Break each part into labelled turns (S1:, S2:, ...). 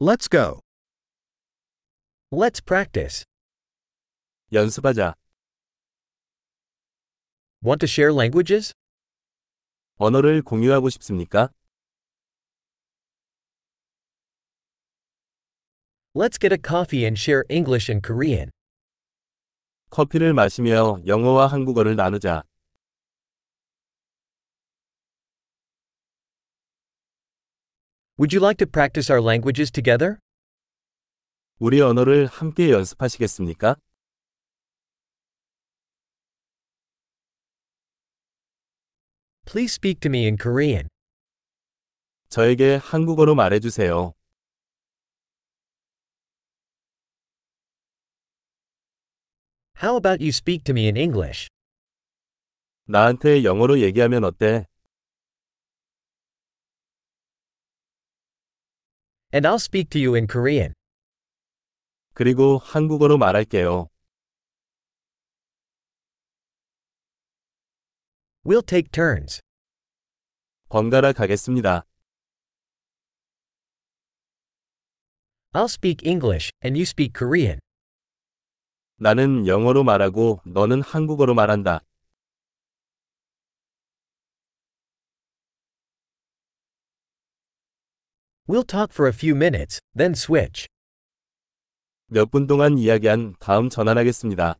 S1: Let's go. Let's practice.
S2: 연습하자.
S1: Want to share languages?
S2: 언어를 공유하고 싶습니까?
S1: Let's get a coffee and share English and Korean.
S2: 커피를 마시며 영어와 한국어를 나누자.
S1: Would you like to practice our languages together?
S2: 우리 언어를 함께 연습하시겠습니까?
S1: Please speak to me in Korean.
S2: 저에게 한국어로 말해주세요.
S1: How about you speak to me in English?
S2: 나한테 영어로 얘기하면 어때?
S1: And I'll speak to you in Korean.
S2: 그리고 한국어로 말할게요.
S1: We'll take turns.
S2: 번갈아 가겠습니다.
S1: I'll speak English, and you speak Korean.
S2: 나는 영어로 말하고 너는 한국어로 말한다.
S1: We'll talk for a few minutes, then switch.
S2: 몇 분 동안 이야기한 다음 전환하겠습니다.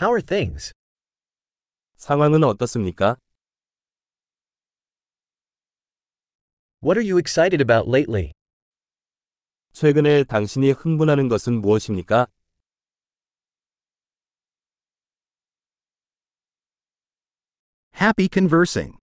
S1: How are things?
S2: 상황은 어떻습니까?
S1: What are you excited about lately?
S2: 최근에 당신이 흥분하는 것은 무엇입니까?
S3: Happy conversing.